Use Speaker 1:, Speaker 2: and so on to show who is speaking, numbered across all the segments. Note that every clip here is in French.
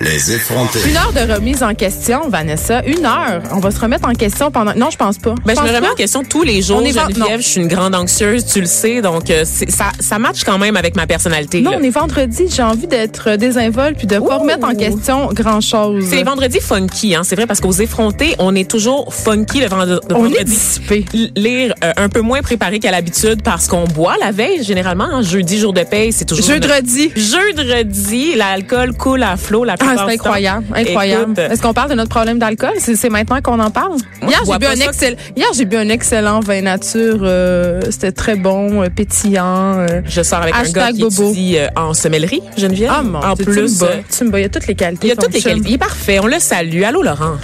Speaker 1: Les effrontés.
Speaker 2: Une heure de remise en question, Vanessa. Une heure. On va se remettre en question pendant. Non, je pense pas.
Speaker 3: Ben, je,
Speaker 2: pense
Speaker 3: me remets en question tous les jours.
Speaker 2: On est vend-
Speaker 3: Geneviève,
Speaker 2: non.
Speaker 3: je suis une grande anxieuse, tu le sais. Donc, euh, c'est- ça, ça match quand même avec ma personnalité.
Speaker 2: Non,
Speaker 3: là.
Speaker 2: on est vendredi. J'ai envie d'être désinvolte puis de pas
Speaker 3: Ouh.
Speaker 2: remettre en question grand chose.
Speaker 3: C'est les vendredis funky, hein. C'est vrai, parce qu'aux effrontés, on est toujours funky le, vendre- le
Speaker 2: On
Speaker 3: vendredi.
Speaker 2: est dissipé.
Speaker 3: L- Lire euh, un peu moins préparé qu'à l'habitude parce qu'on boit la veille, généralement. hein. Jeudi, jour de paye, c'est toujours...
Speaker 2: Jeudi.
Speaker 3: Jeudi, l'alcool coule à flot la
Speaker 2: Ah,
Speaker 3: plupart
Speaker 2: c'est
Speaker 3: du temps.
Speaker 2: incroyable, incroyable.
Speaker 3: Écoute,
Speaker 2: Est-ce qu'on parle de notre problème d'alcool? C'est c'est maintenant qu'on en parle? Hier,
Speaker 3: je
Speaker 2: j'ai
Speaker 3: bois
Speaker 2: bu,
Speaker 3: pas
Speaker 2: un
Speaker 3: ça.
Speaker 2: excell- Hier, j'ai bu un excellent vin nature. euh, C'était très bon, euh, pétillant. euh.
Speaker 3: Je sors avec
Speaker 2: Hashtag
Speaker 3: un gars qui
Speaker 2: bobo.
Speaker 3: étudie euh, en sommellerie, Geneviève.
Speaker 2: Ah mon
Speaker 3: en
Speaker 2: Dieu, tu me
Speaker 3: plus,
Speaker 2: bats.
Speaker 3: euh,
Speaker 2: Tu me bats. Il y a toutes les qualités.
Speaker 3: il y a
Speaker 2: ton
Speaker 3: toutes les
Speaker 2: chum.
Speaker 3: qualités. Il est parfait. On le salue. Allô, Laurent.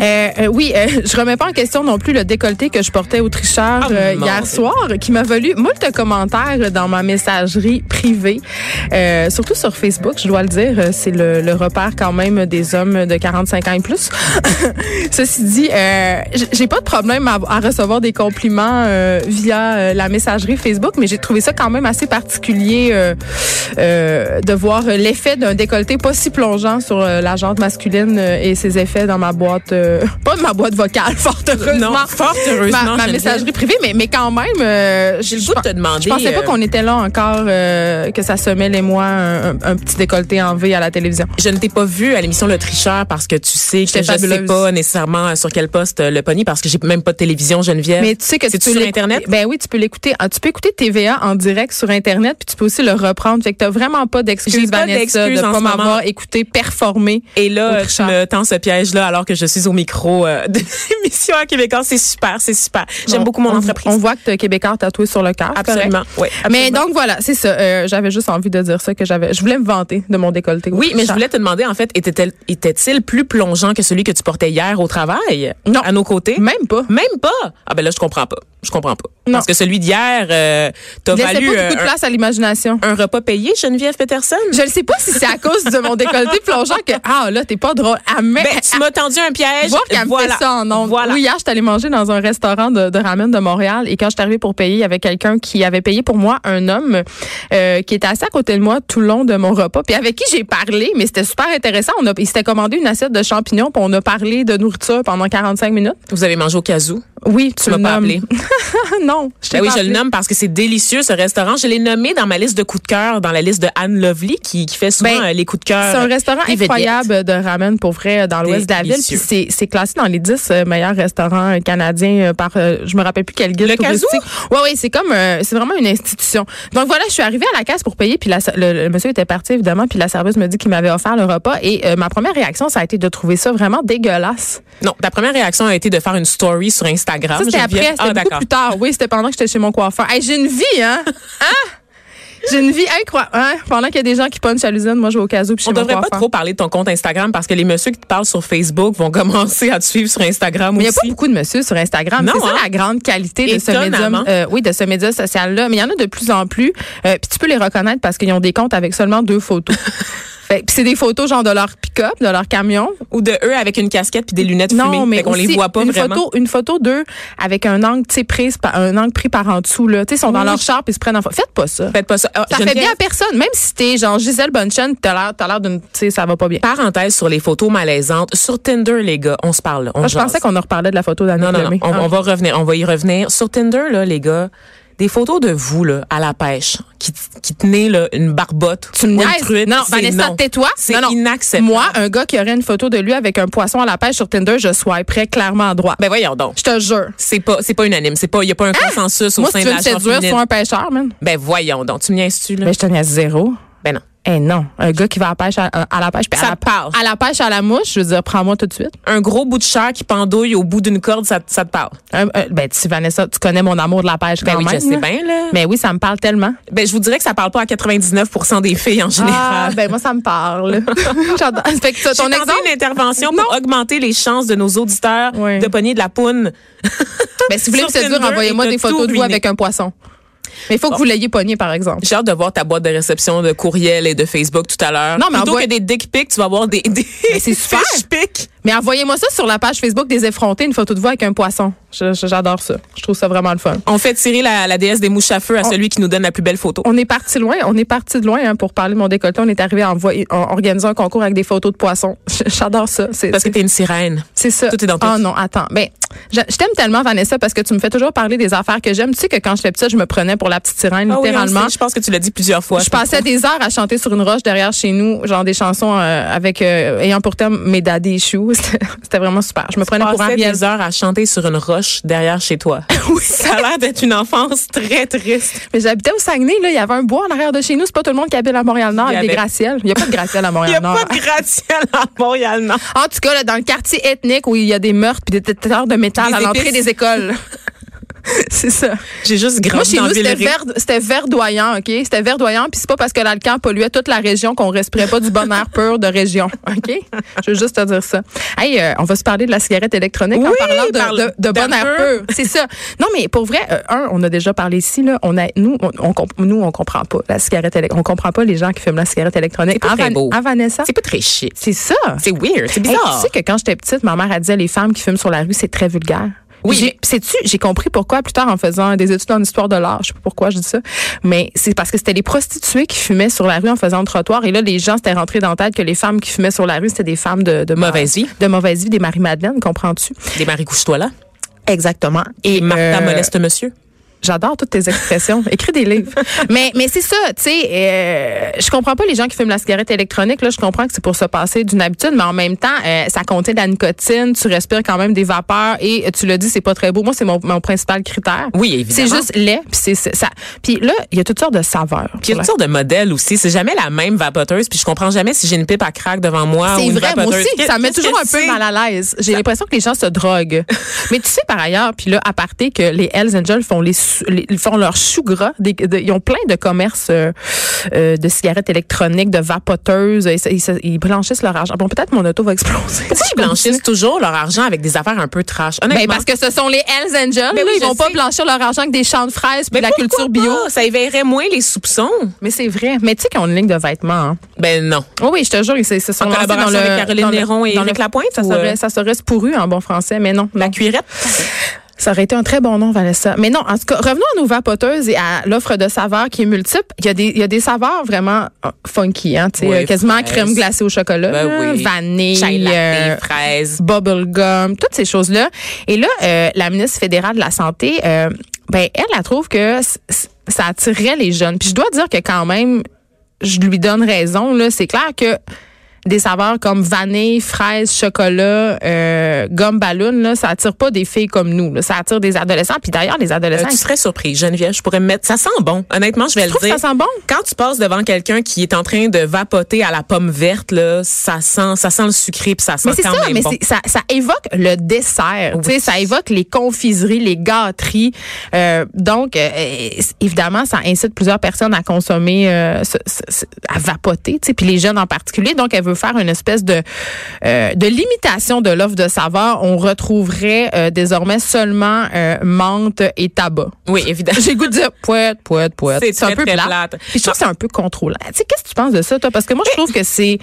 Speaker 2: Euh, euh, oui, euh, je remets pas en question non plus le décolleté que je portais au tricheur
Speaker 3: Ah,
Speaker 2: euh,
Speaker 3: mon
Speaker 2: hier
Speaker 3: Dieu.
Speaker 2: soir, qui m'a valu moult commentaires dans ma messagerie privée, Euh, surtout sur Facebook, je dois le dire, euh, c'est le, le repère quand même des hommes de 45 ans et plus. Ceci dit, euh, j- j'ai pas de problème à, à recevoir des compliments euh, via euh, la messagerie Facebook, mais j'ai trouvé ça quand même assez particulier euh, euh, de voir l'effet d'un décolleté pas si plongeant sur euh, la jante masculine euh, et ses effets dans ma boîte, euh, pas de ma boîte vocale, fort heureusement.
Speaker 3: Non, fort heureusement,
Speaker 2: Ma, ma
Speaker 3: Geneviève.
Speaker 2: messagerie privée, mais, mais quand même, euh,
Speaker 3: J'ai le
Speaker 2: je
Speaker 3: goût de
Speaker 2: pen-
Speaker 3: te demander,
Speaker 2: Je pensais pas
Speaker 3: euh,
Speaker 2: qu'on était là encore, euh, que ça semelle et moi un, un- un petit décolleté en V à la télévision.
Speaker 3: Je ne t'ai pas vu à l'émission Le Tricheur parce que tu sais que
Speaker 2: J'étais
Speaker 3: je sais
Speaker 2: fabuleuse.
Speaker 3: pas nécessairement euh, sur quel poste euh, le pony parce que j'ai même pas de télévision, Geneviève.
Speaker 2: Mais tu sais que tu
Speaker 3: C'est-tu
Speaker 2: peux
Speaker 3: sur
Speaker 2: l'écouter-
Speaker 3: Internet?
Speaker 2: Ben oui, tu peux l'écouter. Ah, Tu peux écouter TVA en direct sur Internet, puis tu peux aussi le reprendre. Fait que t'as vraiment pas
Speaker 3: J'ai
Speaker 2: d'excuse,
Speaker 3: pas
Speaker 2: Vanessa, de
Speaker 3: d'excuse en
Speaker 2: pas
Speaker 3: ce moment.
Speaker 2: m'avoir écouté performer.
Speaker 3: Et là,
Speaker 2: Au
Speaker 3: euh, tu
Speaker 2: Tricheur.
Speaker 3: me tends ce piège-là alors que je suis au micro euh, de l'émission à Québécois. C'est super, c'est super. J'aime
Speaker 2: On-
Speaker 3: beaucoup mon
Speaker 2: on-
Speaker 3: entreprise.
Speaker 2: On voit que t'as Québécois tatoué sur le cœur. c'est
Speaker 3: Absolument.
Speaker 2: correct.
Speaker 3: Oui,
Speaker 2: Mais
Speaker 3: absolument.
Speaker 2: donc voilà, c'est ça. Euh, j'avais juste envie de dire ça que j'avais. Je voulais me vanter de mon décolleté.
Speaker 3: Oui, mais je voulais te demander, en fait, était-elle- était-il plus plongeant que celui que tu portais hier au travail?
Speaker 2: Non.
Speaker 3: À nos côtés?
Speaker 2: Même pas.
Speaker 3: Même pas. Ah ben là, je comprends pas. Je comprends pas.
Speaker 2: Non.
Speaker 3: Parce que celui d'hier, euh, t'as
Speaker 2: Laissez pas
Speaker 3: valu euh,
Speaker 2: beaucoup de
Speaker 3: un,
Speaker 2: place à l'imagination.
Speaker 3: un repas payé, Geneviève Peterson?
Speaker 2: Je ne sais pas si c'est à cause de mon décolleté plongeant que ah là t'es pas drôle. Ah mais
Speaker 3: Ben, tu m'as tendu un piège.
Speaker 2: Voir qu'elle me
Speaker 3: Voilà.
Speaker 2: fait Eh, ça en ondes.
Speaker 3: Voilà.
Speaker 2: Oui, hier, j'étais allée manger dans un restaurant de, de ramen de Montréal et quand je suis arrivée pour payer, il y avait quelqu'un qui avait payé pour moi, un homme euh, qui était assis à côté de moi tout le long de mon repas, puis avec qui j'ai parlé, mais c'était super intéressant. On a, il s'était commandé une assiette de champignons, puis on a parlé de nourriture pendant 45 minutes.
Speaker 3: Vous avez mangé au casou.
Speaker 2: Oui, tu
Speaker 3: Tu m'as
Speaker 2: le
Speaker 3: pas
Speaker 2: nommes.
Speaker 3: appelé.
Speaker 2: non, je t'ai
Speaker 3: Ben oui,
Speaker 2: pas
Speaker 3: je le
Speaker 2: appelé.
Speaker 3: nomme parce que c'est délicieux ce restaurant. Je l'ai nommé dans ma liste de coups de cœur, dans la liste de Anne Lovely qui, qui fait souvent
Speaker 2: Ben,
Speaker 3: euh, les coups de cœur.
Speaker 2: C'est un restaurant
Speaker 3: des vedettes.
Speaker 2: incroyable de ramen pour vrai euh, dans l'ouest de la ville. Puis
Speaker 3: Délicieux.
Speaker 2: c'est c'est classé dans les 10 euh, meilleurs restaurants euh, canadiens euh, par euh, je me rappelle plus quel guide
Speaker 3: Le Kazoo?
Speaker 2: touristique. Ouais ouais, c'est comme euh, c'est vraiment une institution. Donc voilà, je suis arrivée à la caisse pour payer puis la- le, le monsieur était parti évidemment puis la serveuse me dit qu'il m'avait offert le repas et euh, ma première réaction ça a été de trouver ça vraiment dégueulasse.
Speaker 3: Non, ta première réaction a été de faire une story sur Instagram.
Speaker 2: Ça c'était après,
Speaker 3: Geneviève.
Speaker 2: c'était
Speaker 3: ah,
Speaker 2: beaucoup
Speaker 3: d'accord.
Speaker 2: plus tard. Oui, c'était pendant que j'étais chez mon coiffeur. Hey, j'ai une vie hein. Hein? J'ai une vie incroyable. hein? Pendant qu'il y a des gens qui punchent à l'usine, moi je vais au casou puis chez
Speaker 3: On
Speaker 2: mon
Speaker 3: devrait pas
Speaker 2: coiffeur.
Speaker 3: trop parler de ton compte Instagram parce que les messieurs qui te parlent sur Facebook vont commencer à te suivre sur Instagram
Speaker 2: Mais il n'y a
Speaker 3: aussi.
Speaker 2: pas beaucoup de monsieur sur Instagram.
Speaker 3: Non,
Speaker 2: C'est ça
Speaker 3: hein?
Speaker 2: la grande qualité de ce, médium,
Speaker 3: Étonnamment.
Speaker 2: euh, oui, de ce média social-là. Mais il y en a de plus en plus. Euh, Puis tu peux les reconnaître parce qu'ils ont des comptes avec seulement deux photos. Fait que- Puis c'est des photos genre de leur pick-up, de leur camion.
Speaker 3: Ou de eux avec une casquette puis des lunettes fumées.
Speaker 2: Non, mais
Speaker 3: Fait qu'on
Speaker 2: aussi
Speaker 3: les voit pas
Speaker 2: une
Speaker 3: vraiment.
Speaker 2: photo, une photo d'eux avec un angle, tu sais, prise par- un angle pris par en dessous là. Tu sais, ils sont dans
Speaker 3: Oui.
Speaker 2: leur char puis ils se prennent en photo. Faites pas ça.
Speaker 3: Faites pas ça. Ah,
Speaker 2: ça fait
Speaker 3: Geneviève,
Speaker 2: bien à personne. Même si t'es genre Gisèle Bunchen, t'as l'air, t'as l'air d'une, tu sais, ça va pas bien.
Speaker 3: Parenthèse sur les photos malaisantes. Sur Tinder, les gars, on se parle. là. On
Speaker 2: Moi, Ah, je
Speaker 3: jase.
Speaker 2: pensais qu'on en reparlait de la photo d'Anne
Speaker 3: Non, non, non.
Speaker 2: Lemay.
Speaker 3: On,
Speaker 2: Ah.
Speaker 3: on va revenir. On va y revenir. Sur Tinder, là, les gars, des photos de vous, là, à la pêche, qui, qui tenez, là, une barbotte.
Speaker 2: Tu me
Speaker 3: ou une
Speaker 2: niaises?
Speaker 3: truite,
Speaker 2: Non,
Speaker 3: c'est
Speaker 2: Vanessa,
Speaker 3: non.
Speaker 2: tais-toi.
Speaker 3: C'est
Speaker 2: Non, non.
Speaker 3: inacceptable.
Speaker 2: Moi, un gars qui aurait une photo de lui avec un poisson à la pêche sur Tinder, je swiperais clairement à droite.
Speaker 3: Ben, voyons donc.
Speaker 2: Je te jure.
Speaker 3: C'est pas, c'est pas unanime. C'est pas, y a pas un consensus
Speaker 2: Hein?
Speaker 3: au
Speaker 2: Moi,
Speaker 3: sein
Speaker 2: si tu veux me
Speaker 3: de la chambre
Speaker 2: séduire,
Speaker 3: féminine.
Speaker 2: sois un pêcheur, man.
Speaker 3: Ben, voyons donc. Tu me niaises-tu, là?
Speaker 2: Ben, je te niaise zéro.
Speaker 3: Ben, non.
Speaker 2: Eh non, un gars qui va à la pêche à, euh, à la pêche puis
Speaker 3: Ça
Speaker 2: à la
Speaker 3: te parle.
Speaker 2: à la pêche à la mouche, je veux dire prends-moi tout de suite.
Speaker 3: Un gros bout de chair qui pendouille au bout d'une corde, ça, te- ça te parle.
Speaker 2: Un- un- ben tu Vanessa, tu connais mon amour de la pêche quand
Speaker 3: Ben oui,
Speaker 2: même. hein?
Speaker 3: je sais
Speaker 2: là.
Speaker 3: bien, là.
Speaker 2: Mais oui, ça me parle tellement.
Speaker 3: Ben, je vous dirais que ça parle pas à 99 des filles en général.
Speaker 2: Ah, ben moi ça me parle. J'adore. fait que ça,
Speaker 3: J'ai
Speaker 2: ton
Speaker 3: tenté
Speaker 2: exemple,
Speaker 3: une intervention pour augmenter les chances de nos auditeurs
Speaker 2: Oui.
Speaker 3: de pogner de la poune.
Speaker 2: ben, si vous voulez me
Speaker 3: sur
Speaker 2: séduire,
Speaker 3: Tinder,
Speaker 2: envoyez-moi
Speaker 3: il
Speaker 2: des
Speaker 3: t'a
Speaker 2: photos
Speaker 3: tout
Speaker 2: de vous
Speaker 3: ruiné.
Speaker 2: avec un poisson. Mais il faut que vous l'ayez pogné par exemple.
Speaker 3: J'ai hâte de voir ta boîte de réception de courriel et de Facebook tout à l'heure.
Speaker 2: Non, mais
Speaker 3: Plutôt
Speaker 2: envoie-
Speaker 3: que des dick pics, tu vas avoir des, des
Speaker 2: Mais c'est super.
Speaker 3: fish pics.
Speaker 2: Mais envoyez-moi ça sur la page Facebook des effrontés, une photo de vous avec un poisson. Je- je- J'adore ça. Je trouve ça vraiment le fun.
Speaker 3: On fait tirer la, la déesse des mouches à feu à celui qui nous donne la plus belle photo.
Speaker 2: On est parti loin, on est parti de loin hein, pour parler de mon décolleté. On est arrivé à envoyer- en organisant un concours avec des photos de poissons. J'adore ça. C'est
Speaker 3: Parce que t'es une sirène.
Speaker 2: c'est ça.
Speaker 3: tout est dans
Speaker 2: Oh
Speaker 3: tout.
Speaker 2: non, attends. Ben, je, je t'aime tellement Vanessa parce que tu me fais toujours parler des affaires que j'aime. Tu sais que quand j'étais petite, je me prenais pour la petite sirène
Speaker 3: Ah oui, on
Speaker 2: littéralement.
Speaker 3: sait, je pense que tu l'as dit plusieurs fois.
Speaker 2: Je passais des heures à chanter sur une roche derrière chez nous, genre des chansons euh, avec euh, ayant pour thème mes daddy issues. C'était c'était vraiment super. Je me prenais pour
Speaker 3: passais
Speaker 2: Ariel.
Speaker 3: des heures à chanter sur une roche derrière chez toi. oui. Ça a l'air d'être une enfance très triste.
Speaker 2: Mais j'habitais au Saguenay, là, il y avait un bois en arrière de chez nous. C'est pas tout le monde qui habite à Montréal-Nord
Speaker 3: Il y
Speaker 2: avec des
Speaker 3: avait-
Speaker 2: gratte-ciels. Il y a pas de gratte-ciel à
Speaker 3: Il n'y a
Speaker 2: Montréal-Nord.
Speaker 3: pas de gratte-ciel à Montréal, non.
Speaker 2: En tout cas, là, dans le quartier ethnique où il y a des meurtres puis des détecteurs de métal
Speaker 3: Des
Speaker 2: à l'entrée
Speaker 3: épices.
Speaker 2: des écoles. c'est ça.
Speaker 3: J'ai juste
Speaker 2: Moi,
Speaker 3: grandi
Speaker 2: chez
Speaker 3: dans
Speaker 2: nous, c'était
Speaker 3: Villeray.
Speaker 2: verd- c'était verdoyant, OK? C'était verdoyant, puis c'est pas parce que l'alcan polluait toute la région qu'on respirait pas du bon air pur de région, OK? Je veux juste te dire ça. Hey, euh, on va se parler de la cigarette électronique
Speaker 3: Oui,
Speaker 2: en parlant de,
Speaker 3: parle-
Speaker 2: de- de bon
Speaker 3: d'un
Speaker 2: air
Speaker 3: peu.
Speaker 2: pur. C'est ça. Non, mais pour vrai, euh, un, on a déjà parlé ici, là, on a, nous, on, on comp- nous, on comprend pas la cigarette électronique. On comprend pas les gens qui fument la cigarette électronique.
Speaker 3: pas
Speaker 2: À
Speaker 3: très
Speaker 2: Van-
Speaker 3: beau.
Speaker 2: à Vanessa,
Speaker 3: C'est pas très chic.
Speaker 2: c'est ça.
Speaker 3: C'est weird, c'est
Speaker 2: Hey,
Speaker 3: bizarre.
Speaker 2: tu sais que quand j'étais petite, ma mère elle disait les femmes qui fument sur la rue, c'est très vulgaire.
Speaker 3: Oui,
Speaker 2: J'ai-
Speaker 3: mais-
Speaker 2: sais-tu, j'ai compris pourquoi plus tard en faisant des études en histoire de l'art, je sais pas pourquoi je dis ça, mais c'est parce que c'était les prostituées qui fumaient sur la rue en faisant le trottoir et là les gens s'étaient rentrés dans la tête que les femmes qui fumaient sur la rue, c'était des femmes de, de
Speaker 3: Mauvaise vie.
Speaker 2: de mauvaise vie, des Marie-Madeleine, comprends-tu
Speaker 3: Des maris couche-toi là.
Speaker 2: Exactement. Et
Speaker 3: Martha
Speaker 2: euh,
Speaker 3: moleste monsieur.
Speaker 2: J'adore toutes tes expressions. Écris des livres. mais mais c'est ça, tu sais, euh, je comprends pas les gens qui fument la cigarette électronique. Là, je comprends que c'est pour se passer d'une habitude, mais en même temps, euh, ça contient de la nicotine, tu respires quand même des vapeurs et euh, tu le dis, c'est pas très beau. Moi, c'est mon, mon principal critère.
Speaker 3: Oui, évidemment.
Speaker 2: C'est juste lait, puis c'est c'est ça. Puis là, il y a toutes sortes de saveurs.
Speaker 3: Puis il y a toutes sortes de modèles aussi. C'est jamais la même vapoteuse. Puis je comprends jamais si j'ai une pipe à crack devant moi. ou
Speaker 2: C'est
Speaker 3: Ah une
Speaker 2: vrai, moi
Speaker 3: vapoteuse.
Speaker 2: aussi.
Speaker 3: Qu'est-
Speaker 2: Ça me met
Speaker 3: qu'est-ce
Speaker 2: toujours
Speaker 3: que
Speaker 2: un peu
Speaker 3: c'est?
Speaker 2: mal à l'aise. J'ai l'impression que les gens se droguent. Mais tu sais, par ailleurs, puis là, à parté que les Hells Angels font les, sou- les- ils font leur chou gras. des- de- ils ont plein de commerces euh, euh, de cigarettes électroniques, de vapoteuses. Ils, se- ils se- ils blanchissent leur argent. Bon, peut-être mon auto va exploser.
Speaker 3: Pourquoi ils blanchissent toujours leur argent avec des affaires un peu trash? Honnêtement.
Speaker 2: Ben, parce que ce sont les Hells Angels.
Speaker 3: Ben oui,
Speaker 2: ils vont
Speaker 3: je
Speaker 2: pas
Speaker 3: sais.
Speaker 2: blanchir leur argent avec des champs de fraises puis
Speaker 3: Mais
Speaker 2: de la
Speaker 3: pourquoi
Speaker 2: culture bio.
Speaker 3: pas? Ça éveillerait moins les soupçons.
Speaker 2: Mais c'est vrai. Mais tu sais qu'ils ont une ligne de vêtements. hein.
Speaker 3: Ben non.
Speaker 2: Oh oui, je te jure, ils se se sont
Speaker 3: En
Speaker 2: lancés dans
Speaker 3: collaboration
Speaker 2: le,
Speaker 3: avec Caroline
Speaker 2: dans le-
Speaker 3: Néron et
Speaker 2: dans le-
Speaker 3: Éric Lapointe,
Speaker 2: Ça
Speaker 3: ou,
Speaker 2: serait,
Speaker 3: euh,
Speaker 2: ça serait pourru en bon français, mais non.
Speaker 3: La
Speaker 2: non.
Speaker 3: cuirette.
Speaker 2: Ça aurait été un très bon nom, Vanessa. Mais non, en tout cas, revenons à nos vapoteuses et à l'offre de saveurs qui est multiple. Il y a des, il y a des saveurs vraiment euh, funky, hein, tu sais,
Speaker 3: Oui,
Speaker 2: euh, quasiment
Speaker 3: fraise.
Speaker 2: crème glacée au chocolat,
Speaker 3: Ben
Speaker 2: là,
Speaker 3: oui. Chai
Speaker 2: vanille,
Speaker 3: latte,
Speaker 2: euh,
Speaker 3: fraises.
Speaker 2: bubblegum, toutes ces choses-là. Et là, euh, la ministre fédérale de la Santé, euh, ben, elle, elle trouve que c- c- ça attirerait les jeunes. Puis je dois dire que quand même, je lui donne raison. Là, c'est clair que des saveurs comme vanille, fraise, chocolat, euh, gomme ballon, là, ça attire pas des filles comme nous. là. Ça attire des adolescents. Puis d'ailleurs, les
Speaker 3: Euh,
Speaker 2: adolescents,
Speaker 3: tu serais surprise, Geneviève. Je pourrais me mettre. Ça sent bon. Honnêtement, je vais
Speaker 2: je
Speaker 3: le
Speaker 2: trouve
Speaker 3: dire.
Speaker 2: que ça sent bon.
Speaker 3: Quand tu passes devant quelqu'un qui est en train de vapoter à la pomme verte, là, ça sent, ça sent le sucré puis ça sent
Speaker 2: Mais c'est
Speaker 3: quand
Speaker 2: ça,
Speaker 3: même
Speaker 2: mais
Speaker 3: bon.
Speaker 2: c'est- ça, ça évoque le dessert. Tu sais, ça évoque les confiseries, les gâteries. Euh, donc, euh, c- évidemment, ça incite plusieurs personnes à consommer, euh, ce- ce- ce- à vapoter, tu sais, puis les jeunes en particulier. Donc, elle veut faire une espèce de, euh, de limitation de l'offre de saveur. On retrouverait euh, désormais seulement euh, menthe et tabac.
Speaker 3: Oui, évidemment.
Speaker 2: J'ai le goût de dire poète, poète, poète.
Speaker 3: C'est
Speaker 2: un
Speaker 3: très,
Speaker 2: peu
Speaker 3: très
Speaker 2: plate.
Speaker 3: plate. Eh!
Speaker 2: Puis je trouve que c'est un peu contrôlant. Tu sais, qu'est-ce que tu penses de ça, toi? Parce que moi, je trouve que c'est,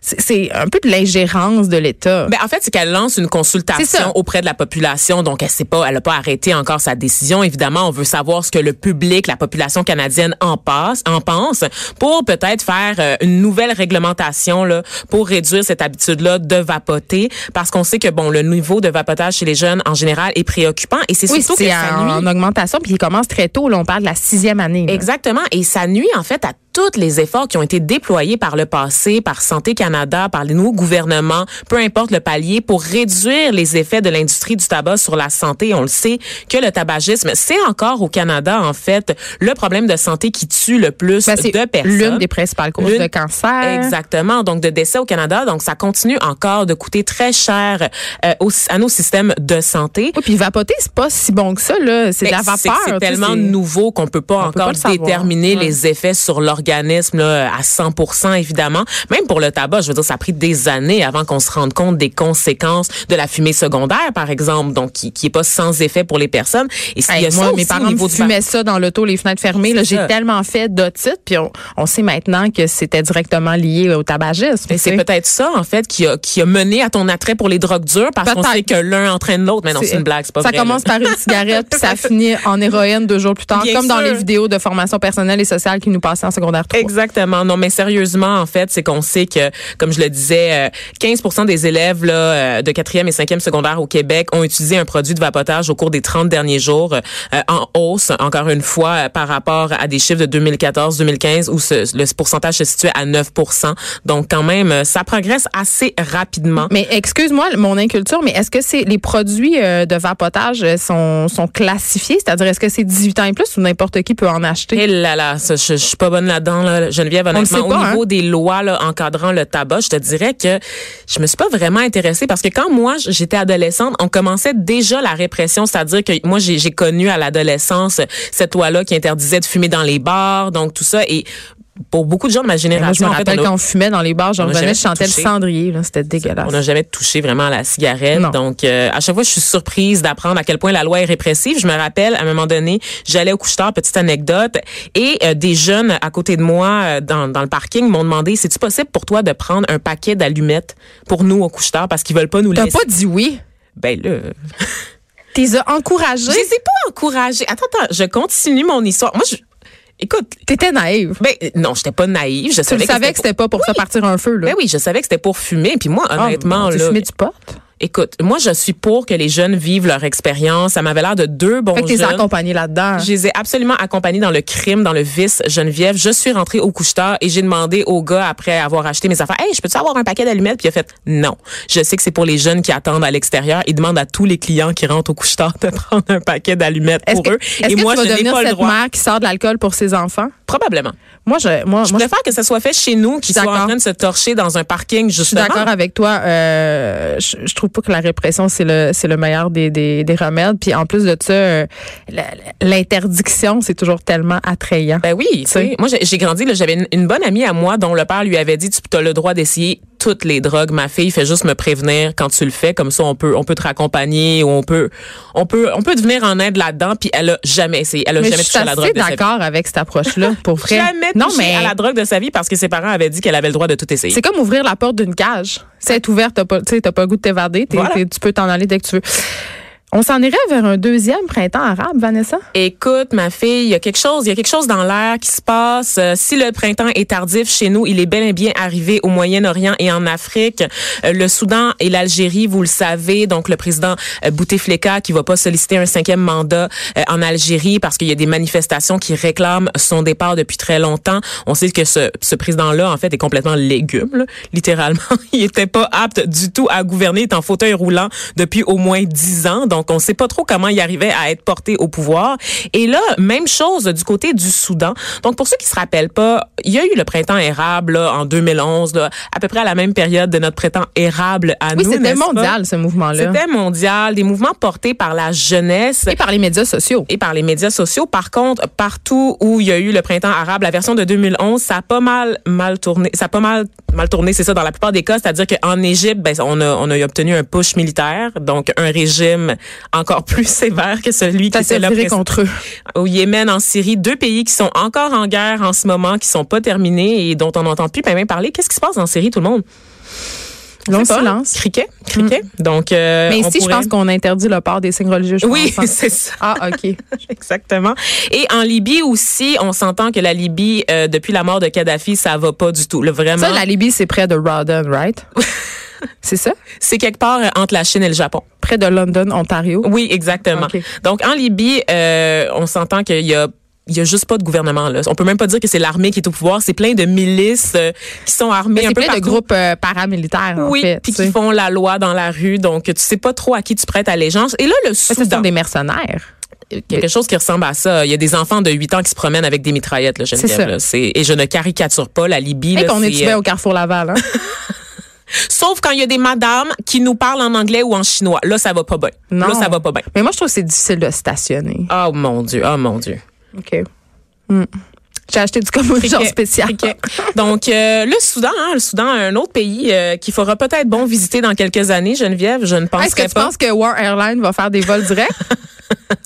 Speaker 2: c'est- c'est un peu de l'ingérence de l'État.
Speaker 3: Ben, en fait, c'est qu'elle lance
Speaker 2: C'est
Speaker 3: une
Speaker 2: ça.
Speaker 3: consultation auprès de la population, donc elle sait pas, elle n'a pas arrêté encore sa décision. Évidemment, on veut savoir ce que le public, la population canadienne en passe, en pense, pour peut-être faire euh, une nouvelle réglementation là, pour réduire cette habitude-là de vapoter, parce qu'on sait que bon, le niveau de vapotage chez les jeunes en général est préoccupant, et c'est
Speaker 2: oui,
Speaker 3: surtout que
Speaker 2: c'est
Speaker 3: ça nuit.
Speaker 2: en, en augmentation, puis il commence très tôt. Là, on parle de la sixième année. là.
Speaker 3: Exactement. Et ça nuit, en fait, à tous les efforts qui ont été déployés par le passé, par Santé Canada, par les nouveaux gouvernements, peu importe le palier, pour réduire les effets de l'industrie du tabac sur la santé. On le sait que le tabagisme, c'est encore au Canada, en fait, le problème de santé qui tue le plus
Speaker 2: Ben, c'est
Speaker 3: de personnes.
Speaker 2: l'une des principales causes
Speaker 3: L'une-
Speaker 2: de cancer.
Speaker 3: Exactement. Donc, de décès au Canada. Donc, ça continue encore de coûter très cher euh, au- à nos systèmes de santé.
Speaker 2: Oui, puis vapoter, c'est pas si bon que ça, là. C'est de la
Speaker 3: Fait
Speaker 2: vapeur.
Speaker 3: que Ben, c'est-
Speaker 2: tu
Speaker 3: C'est
Speaker 2: sais,
Speaker 3: tellement
Speaker 2: c'est-
Speaker 3: nouveau qu'on peut pas
Speaker 2: On peut
Speaker 3: encore
Speaker 2: pas le savoir.
Speaker 3: déterminer
Speaker 2: Ouais.
Speaker 3: les effets sur l'organisme là, à 100 évidemment. Même pour le tabac, je veux dire, ça a pris des années avant qu'on se rende compte des conséquences de la fumée secondaire, par exemple, donc qui, qui est pas sans effet pour les personnes. Et s'il
Speaker 2: Hey,
Speaker 3: y
Speaker 2: moi,
Speaker 3: a ça
Speaker 2: mes
Speaker 3: aussi au
Speaker 2: parents
Speaker 3: niveau
Speaker 2: me
Speaker 3: du
Speaker 2: fumaient ça dans l'auto, les fenêtres fermées. là.
Speaker 3: C'est
Speaker 2: J'ai
Speaker 3: ça.
Speaker 2: tellement fait d'otite, puis on, on sait maintenant que c'était directement lié au tabagisme.
Speaker 3: Mais Ben, c'est
Speaker 2: tu sais.
Speaker 3: peut-être ça, en fait, qui a, qui a mené à ton attrait pour les drogues dures parce qu'on
Speaker 2: Peut-être.
Speaker 3: sait que l'un entraîne l'autre. Mais non, c'est une blague, c'est pas
Speaker 2: Ça
Speaker 3: vrai,
Speaker 2: commence
Speaker 3: là.
Speaker 2: par une cigarette, puis ça finit en héroïne deux jours plus tard,
Speaker 3: Bien
Speaker 2: comme dans
Speaker 3: sûr.
Speaker 2: les vidéos de formation personnelle et sociale qui nous passaient en secondaire 3.
Speaker 3: Exactement. Non, mais sérieusement, en fait, c'est qu'on sait que, comme je le disais, euh, 15 des élèves là, euh, de 4e et 5e secondaire au Québec ont utilisé un produit de vapotage au cours des 30 derniers jours, euh, en hausse, encore une fois, euh, par rapport à des chiffres de 2014-2015 où ce- le pourcentage se situait à 9 Donc, quand même, euh, ça progresse assez rapidement.
Speaker 2: Mais excuse-moi mon inculture, mais est-ce que c'est les produits euh, de vapotage euh, sont, sont classifiés? C'est-à-dire, est-ce que c'est 18 ans et plus ou n'importe qui peut en acheter?
Speaker 3: Et là là, ça, je, je suis pas bonne là-dedans, là, Geneviève.
Speaker 2: le
Speaker 3: Honnêtement,
Speaker 2: sait pas,
Speaker 3: au
Speaker 2: hein?
Speaker 3: niveau des lois là, encadrant le tabac, je te dirais que je me suis pas vraiment intéressée parce que quand moi j'étais adolescente, on commençait déjà la répression, c'est-à-dire que moi j'ai j'ai connu à l'adolescence cette loi-là qui interdisait de fumer dans les bars, donc tout ça. Et pour beaucoup de gens de ma
Speaker 2: Ben, Moi, je
Speaker 3: génération,
Speaker 2: me
Speaker 3: en fait,
Speaker 2: rappelle
Speaker 3: on a-
Speaker 2: quand on fumait dans les bars, j'en
Speaker 3: on a
Speaker 2: revenais,
Speaker 3: jamais
Speaker 2: je chantais
Speaker 3: touché.
Speaker 2: le cendrier. là, C'était
Speaker 3: on
Speaker 2: dégueulasse.
Speaker 3: n'a jamais touché vraiment à la cigarette.
Speaker 2: Non.
Speaker 3: Donc, euh, à chaque fois, je suis surprise d'apprendre à quel point la loi est répressive. Je me rappelle, à un moment donné, j'allais au couche-tard, petite anecdote, et euh, des jeunes à côté de moi, euh, dans, dans le parking, m'ont demandé, c'est-tu possible pour toi de prendre un paquet d'allumettes pour nous au couche-tard parce qu'ils veulent pas nous
Speaker 2: T'as
Speaker 3: laisser?
Speaker 2: pas dit oui.
Speaker 3: Ben là,
Speaker 2: T'es
Speaker 3: je
Speaker 2: encouragé.
Speaker 3: les ai pas encouragés. Attends, attends, je continue mon histoire. Moi, je... Écoute,
Speaker 2: T'étais naïve.
Speaker 3: ben euh, non, j'étais pas naïve.
Speaker 2: Tu
Speaker 3: Je
Speaker 2: le
Speaker 3: savais
Speaker 2: savais que c'était pas pour ça partir un feu, là.
Speaker 3: Ben oui, je savais que c'était pour fumer. Puis moi,
Speaker 2: Ah,
Speaker 3: honnêtement,
Speaker 2: tu
Speaker 3: là,
Speaker 2: fumais du pot?
Speaker 3: Écoute, moi, je suis pour que les jeunes vivent leur expérience. Ça m'avait l'air de deux bons
Speaker 2: Fait que t'es
Speaker 3: jeunes.
Speaker 2: accompagné là-dedans.
Speaker 3: Je les ai absolument accompagnés dans le crime, dans le vice, Geneviève. Je suis rentrée au couche-tard et j'ai demandé au gars, après avoir acheté mes affaires, « Hey, je peux-tu avoir un paquet d'allumettes? » Puis il a fait « Non. Je sais que c'est pour les jeunes qui attendent à l'extérieur. Ils demandent à tous les clients qui rentrent au couche-tard de prendre un paquet d'allumettes
Speaker 2: Est-ce
Speaker 3: pour
Speaker 2: que,
Speaker 3: eux.
Speaker 2: est-ce
Speaker 3: Et
Speaker 2: que
Speaker 3: moi,
Speaker 2: tu vas
Speaker 3: je n'ai
Speaker 2: devenir
Speaker 3: pas le
Speaker 2: cette
Speaker 3: droit.
Speaker 2: mère qui sort de l'alcool pour ses enfants?
Speaker 3: Probablement.
Speaker 2: Moi, je, moi,
Speaker 3: Je
Speaker 2: moi, je
Speaker 3: préfère que ça soit fait chez nous, qu'ils
Speaker 2: Je suis
Speaker 3: soient en
Speaker 2: d'accord.
Speaker 3: train de se torcher dans un parking,
Speaker 2: Je suis
Speaker 3: justement.
Speaker 2: d'accord avec toi. Euh, je, je trouve pas que la répression c'est le c'est le meilleur des, des, des remèdes. Puis en plus de ça, euh, la- l'interdiction c'est toujours tellement attrayant.
Speaker 3: Ben oui, tu sais. Moi, j'ai- j'ai grandi, là, j'avais une, une bonne amie à moi dont le père lui avait dit, tu as le droit d'essayer toutes les drogues. Ma fille fait juste me prévenir quand tu le fais. Comme ça, on peut, on peut te raccompagner ou on peut, on peut, on peut devenir en aide là-dedans. Puis elle a jamais essayé. Elle a
Speaker 2: mais je
Speaker 3: jamais
Speaker 2: suis
Speaker 3: touché à la
Speaker 2: assez
Speaker 3: drogue de sa vie.
Speaker 2: d'accord avec cette approche là pour vrai.
Speaker 3: Jamais
Speaker 2: non
Speaker 3: touché
Speaker 2: mais
Speaker 3: à la drogue de sa vie parce que ses parents avaient dit qu'elle avait le droit de tout essayer.
Speaker 2: c'est comme ouvrir la porte d'une cage. C'est être ouvert, t'as pas tu sais, t'as pas le goût de t'évader. t'es-
Speaker 3: Voilà.
Speaker 2: t'es- Tu peux t'en aller dès que tu veux. On s'en irait vers un deuxième printemps arabe, Vanessa.
Speaker 3: Écoute, ma fille, il y a quelque chose, il y a quelque chose dans l'air qui se passe. Euh, si le printemps est tardif chez nous, il est bel et bien arrivé au Moyen-Orient et en Afrique. Euh, le Soudan et l'Algérie, vous le savez, donc le président euh, Bouteflika qui va pas solliciter un cinquième mandat euh, en Algérie parce qu'il y a des manifestations qui réclament son départ depuis très longtemps. On sait que ce, ce président-là, en fait, est complètement légume, là, littéralement. Il était pas apte du tout à gouverner, il est en fauteuil roulant depuis au moins dix ans. Donc, on sait pas trop comment il arrivait à être porté au pouvoir. Et là, même chose du côté du Soudan. Donc, pour ceux qui se rappellent pas, il y a eu le printemps érable là, en 2011, là, à peu près à la même période de notre printemps érable à
Speaker 2: Oui,
Speaker 3: nous.
Speaker 2: c'était
Speaker 3: n'est-ce pas?
Speaker 2: mondial ce mouvement-là
Speaker 3: C'était mondial, des mouvements portés par la jeunesse
Speaker 2: et par les médias sociaux.
Speaker 3: et par les médias sociaux. Par contre, partout où il y a eu le printemps arabe, la version de 2011, ça a pas mal mal tourné. Ça a pas mal mal tourné, c'est ça, dans la plupart des cas. C'est-à-dire qu'en Égypte, ben, on a on a obtenu un push militaire, donc un régime encore plus sévère que celui
Speaker 2: Ça
Speaker 3: qui
Speaker 2: s'est
Speaker 3: était là
Speaker 2: viré
Speaker 3: précédemment
Speaker 2: contre eux.
Speaker 3: au Yémen, en Syrie, deux pays qui sont encore en guerre en ce moment, qui sont pas terminés et dont on n'entend plus même parler. Qu'est-ce qui se passe en Syrie, tout le monde?
Speaker 2: Long
Speaker 3: C'est pas-
Speaker 2: silence. Mm.
Speaker 3: Criquet, criquet. Donc, euh,
Speaker 2: Mais
Speaker 3: on
Speaker 2: ici,
Speaker 3: pourrait-
Speaker 2: je pense qu'on interdit le port des signes religieux. je
Speaker 3: Oui,
Speaker 2: pense.
Speaker 3: c'est ça.
Speaker 2: Ah, OK.
Speaker 3: Exactement. Et en Libye aussi, on s'entend que la Libye, euh, depuis la mort de Kadhafi, ça va pas du tout. Le vraiment,
Speaker 2: Ça, la Libye, c'est près de Rawdon, right? c'est ça?
Speaker 3: c'est quelque part euh, entre la Chine et le Japon.
Speaker 2: Près de London, Ontario.
Speaker 3: Oui, exactement.
Speaker 2: Ok.
Speaker 3: Donc en Libye, euh, on s'entend qu'il y a il y a juste pas de gouvernement là. On peut même pas dire que c'est l'armée qui est au pouvoir, c'est plein de milices euh, qui sont
Speaker 2: Mais
Speaker 3: armées un
Speaker 2: c'est
Speaker 3: peu
Speaker 2: plein de
Speaker 3: partout.
Speaker 2: groupes euh, paramilitaires, en
Speaker 3: oui,
Speaker 2: fait.
Speaker 3: puis
Speaker 2: tu
Speaker 3: qui
Speaker 2: sais.
Speaker 3: font la loi dans la rue, donc tu sais pas trop à qui tu prêtes allégeance. Et là, le
Speaker 2: Mais Ce
Speaker 3: Soudan,
Speaker 2: sont des mercenaires.
Speaker 3: quelque chose qui ressemble à ça. Il y a des enfants de 8 ans qui se promènent avec des mitraillettes, là, Geneviève,
Speaker 2: C'est ça.
Speaker 3: là. C'est- et je ne caricature pas la Libye.
Speaker 2: Et
Speaker 3: là,
Speaker 2: qu'on
Speaker 3: c'est,
Speaker 2: est tué
Speaker 3: euh,
Speaker 2: au Carrefour Laval. Hein?
Speaker 3: Sauf quand il y a des madames qui nous parlent en anglais ou en chinois. Là, ça va pas bien.
Speaker 2: Non.
Speaker 3: Là, ça va pas bien.
Speaker 2: Mais moi, je trouve que c'est difficile de stationner.
Speaker 3: Oh mon Dieu, oh mon Dieu.
Speaker 2: OK. Hmm. J'ai acheté du comme genre
Speaker 3: Ok,
Speaker 2: spécial.
Speaker 3: ok. Donc, euh, le Soudan, hein, le Soudan, un autre pays euh, qu'il faudra peut-être bon visiter dans quelques années, Geneviève, je ne pense
Speaker 2: Est-ce que tu
Speaker 3: pas.
Speaker 2: penses que War Airlines va faire des vols directs?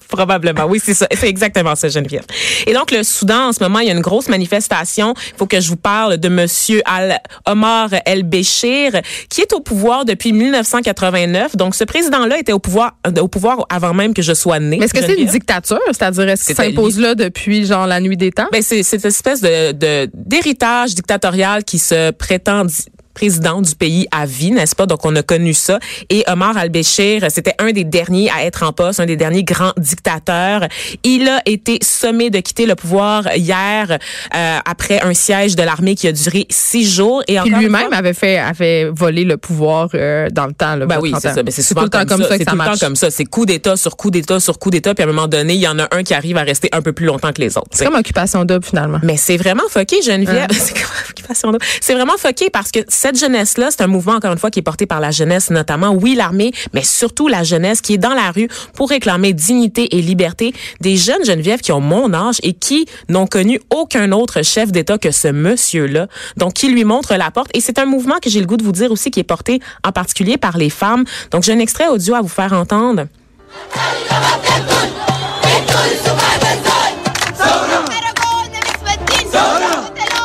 Speaker 3: Probablement, oui, c'est ça. C'est exactement ça, Geneviève. Et donc, le Soudan, en ce moment, il y a une grosse manifestation. Il faut que je vous parle de Monsieur Al Omar El-Béchir, qui est au pouvoir depuis 1989. Donc, ce président-là était au pouvoir, euh, au pouvoir avant même que je sois née.
Speaker 2: Mais est-ce que c'est une
Speaker 3: Geneviève.
Speaker 2: dictature? C'est-à-dire, est-ce qu'il
Speaker 3: C'était
Speaker 2: s'impose là depuis, genre, la nuit des temps?
Speaker 3: Ben, c'est cette espèce de de- d'héritage dictatorial qui se prétend di- président du pays à vie, n'est-ce pas? Donc, on a connu ça. Et Omar al-Béchir, c'était un des derniers à être en poste, un des derniers grands dictateurs. Il a été sommé de quitter le pouvoir hier euh, après un siège de l'armée qui a duré six jours. Et
Speaker 2: Puis
Speaker 3: encore une
Speaker 2: lui-même
Speaker 3: fois-
Speaker 2: avait fait, avait volé le pouvoir euh, dans le temps. Là,
Speaker 3: Ben
Speaker 2: voilà,
Speaker 3: oui,
Speaker 2: 30
Speaker 3: c'est
Speaker 2: ans.
Speaker 3: ça. Ben, c'est souvent
Speaker 2: tout le temps comme ça,
Speaker 3: C'est
Speaker 2: que ça
Speaker 3: tout le temps
Speaker 2: marche.
Speaker 3: comme ça. C'est coup d'État sur coup d'État sur coup d'État. Puis à un moment donné, il y en a un qui arrive à rester un peu plus longtemps que les autres. tu sais.
Speaker 2: C'est comme occupation double, finalement.
Speaker 3: Mais c'est vraiment foqué, Geneviève.
Speaker 2: Hein?
Speaker 3: C'est comme occupation double. C'est vraiment foqué parce que cette jeunesse-là, c'est un mouvement, encore une fois, qui est porté par la jeunesse, notamment, oui, l'armée, mais surtout la jeunesse qui est dans la rue pour réclamer dignité et liberté des jeunes Geneviève qui ont mon âge et qui n'ont connu aucun autre chef d'État que ce monsieur-là. Donc, qui lui montre la porte. Et c'est un mouvement que j'ai le goût de vous dire aussi qui est porté en particulier par les femmes. Donc, j'ai un extrait audio à vous faire entendre.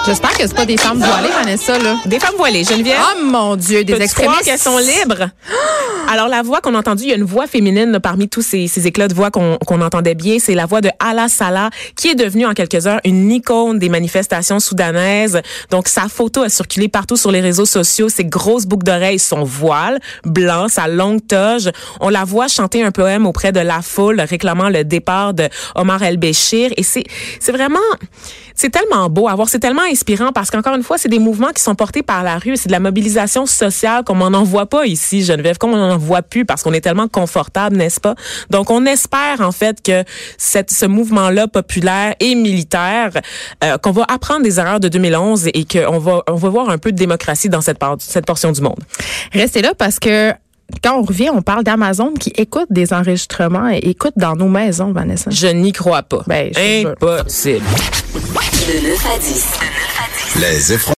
Speaker 2: J'espère que c'est pas des femmes voilées, Vanessa, là.
Speaker 3: Des femmes voilées, Geneviève.
Speaker 2: Oh mon Dieu, des
Speaker 3: Peux-tu croire
Speaker 2: extrémistes.
Speaker 3: qu'elles sont libres. Alors, la voix qu'on a entendue, il y a une voix féminine là, parmi tous ces, ces éclats de voix qu'on qu'on entendait bien. C'est la voix de Ala Salah, qui est devenue en quelques heures une icône des manifestations soudanaises. Donc, sa photo a circulé partout sur les réseaux sociaux. Ses grosses boucles d'oreilles, son voile blanc, sa longue toge. On la voit chanter un poème auprès de la foule, réclamant le départ de Omar El-Béchir. Et c'est c'est vraiment... C'est tellement beau à voir, c'est tellement inspirant parce qu'encore une fois, c'est des mouvements qui sont portés par la rue, c'est de la mobilisation sociale comme on n'en voit pas ici, Geneviève, comme on n'en voit plus parce qu'on est tellement confortable, n'est-ce pas? Donc, on espère en fait que cette, ce mouvement-là populaire et militaire, euh, qu'on va apprendre des erreurs de 2011 et qu'on va, on va voir un peu de démocratie dans cette, part, cette portion du monde.
Speaker 2: Restez là parce que quand on revient, on parle d'Amazon qui écoute des enregistrements et écoute dans nos maisons, Vanessa.
Speaker 3: Je n'y crois pas.
Speaker 2: Ben, je te jure.
Speaker 3: Impossible.
Speaker 4: De 9 à 10.
Speaker 1: Les effrontés.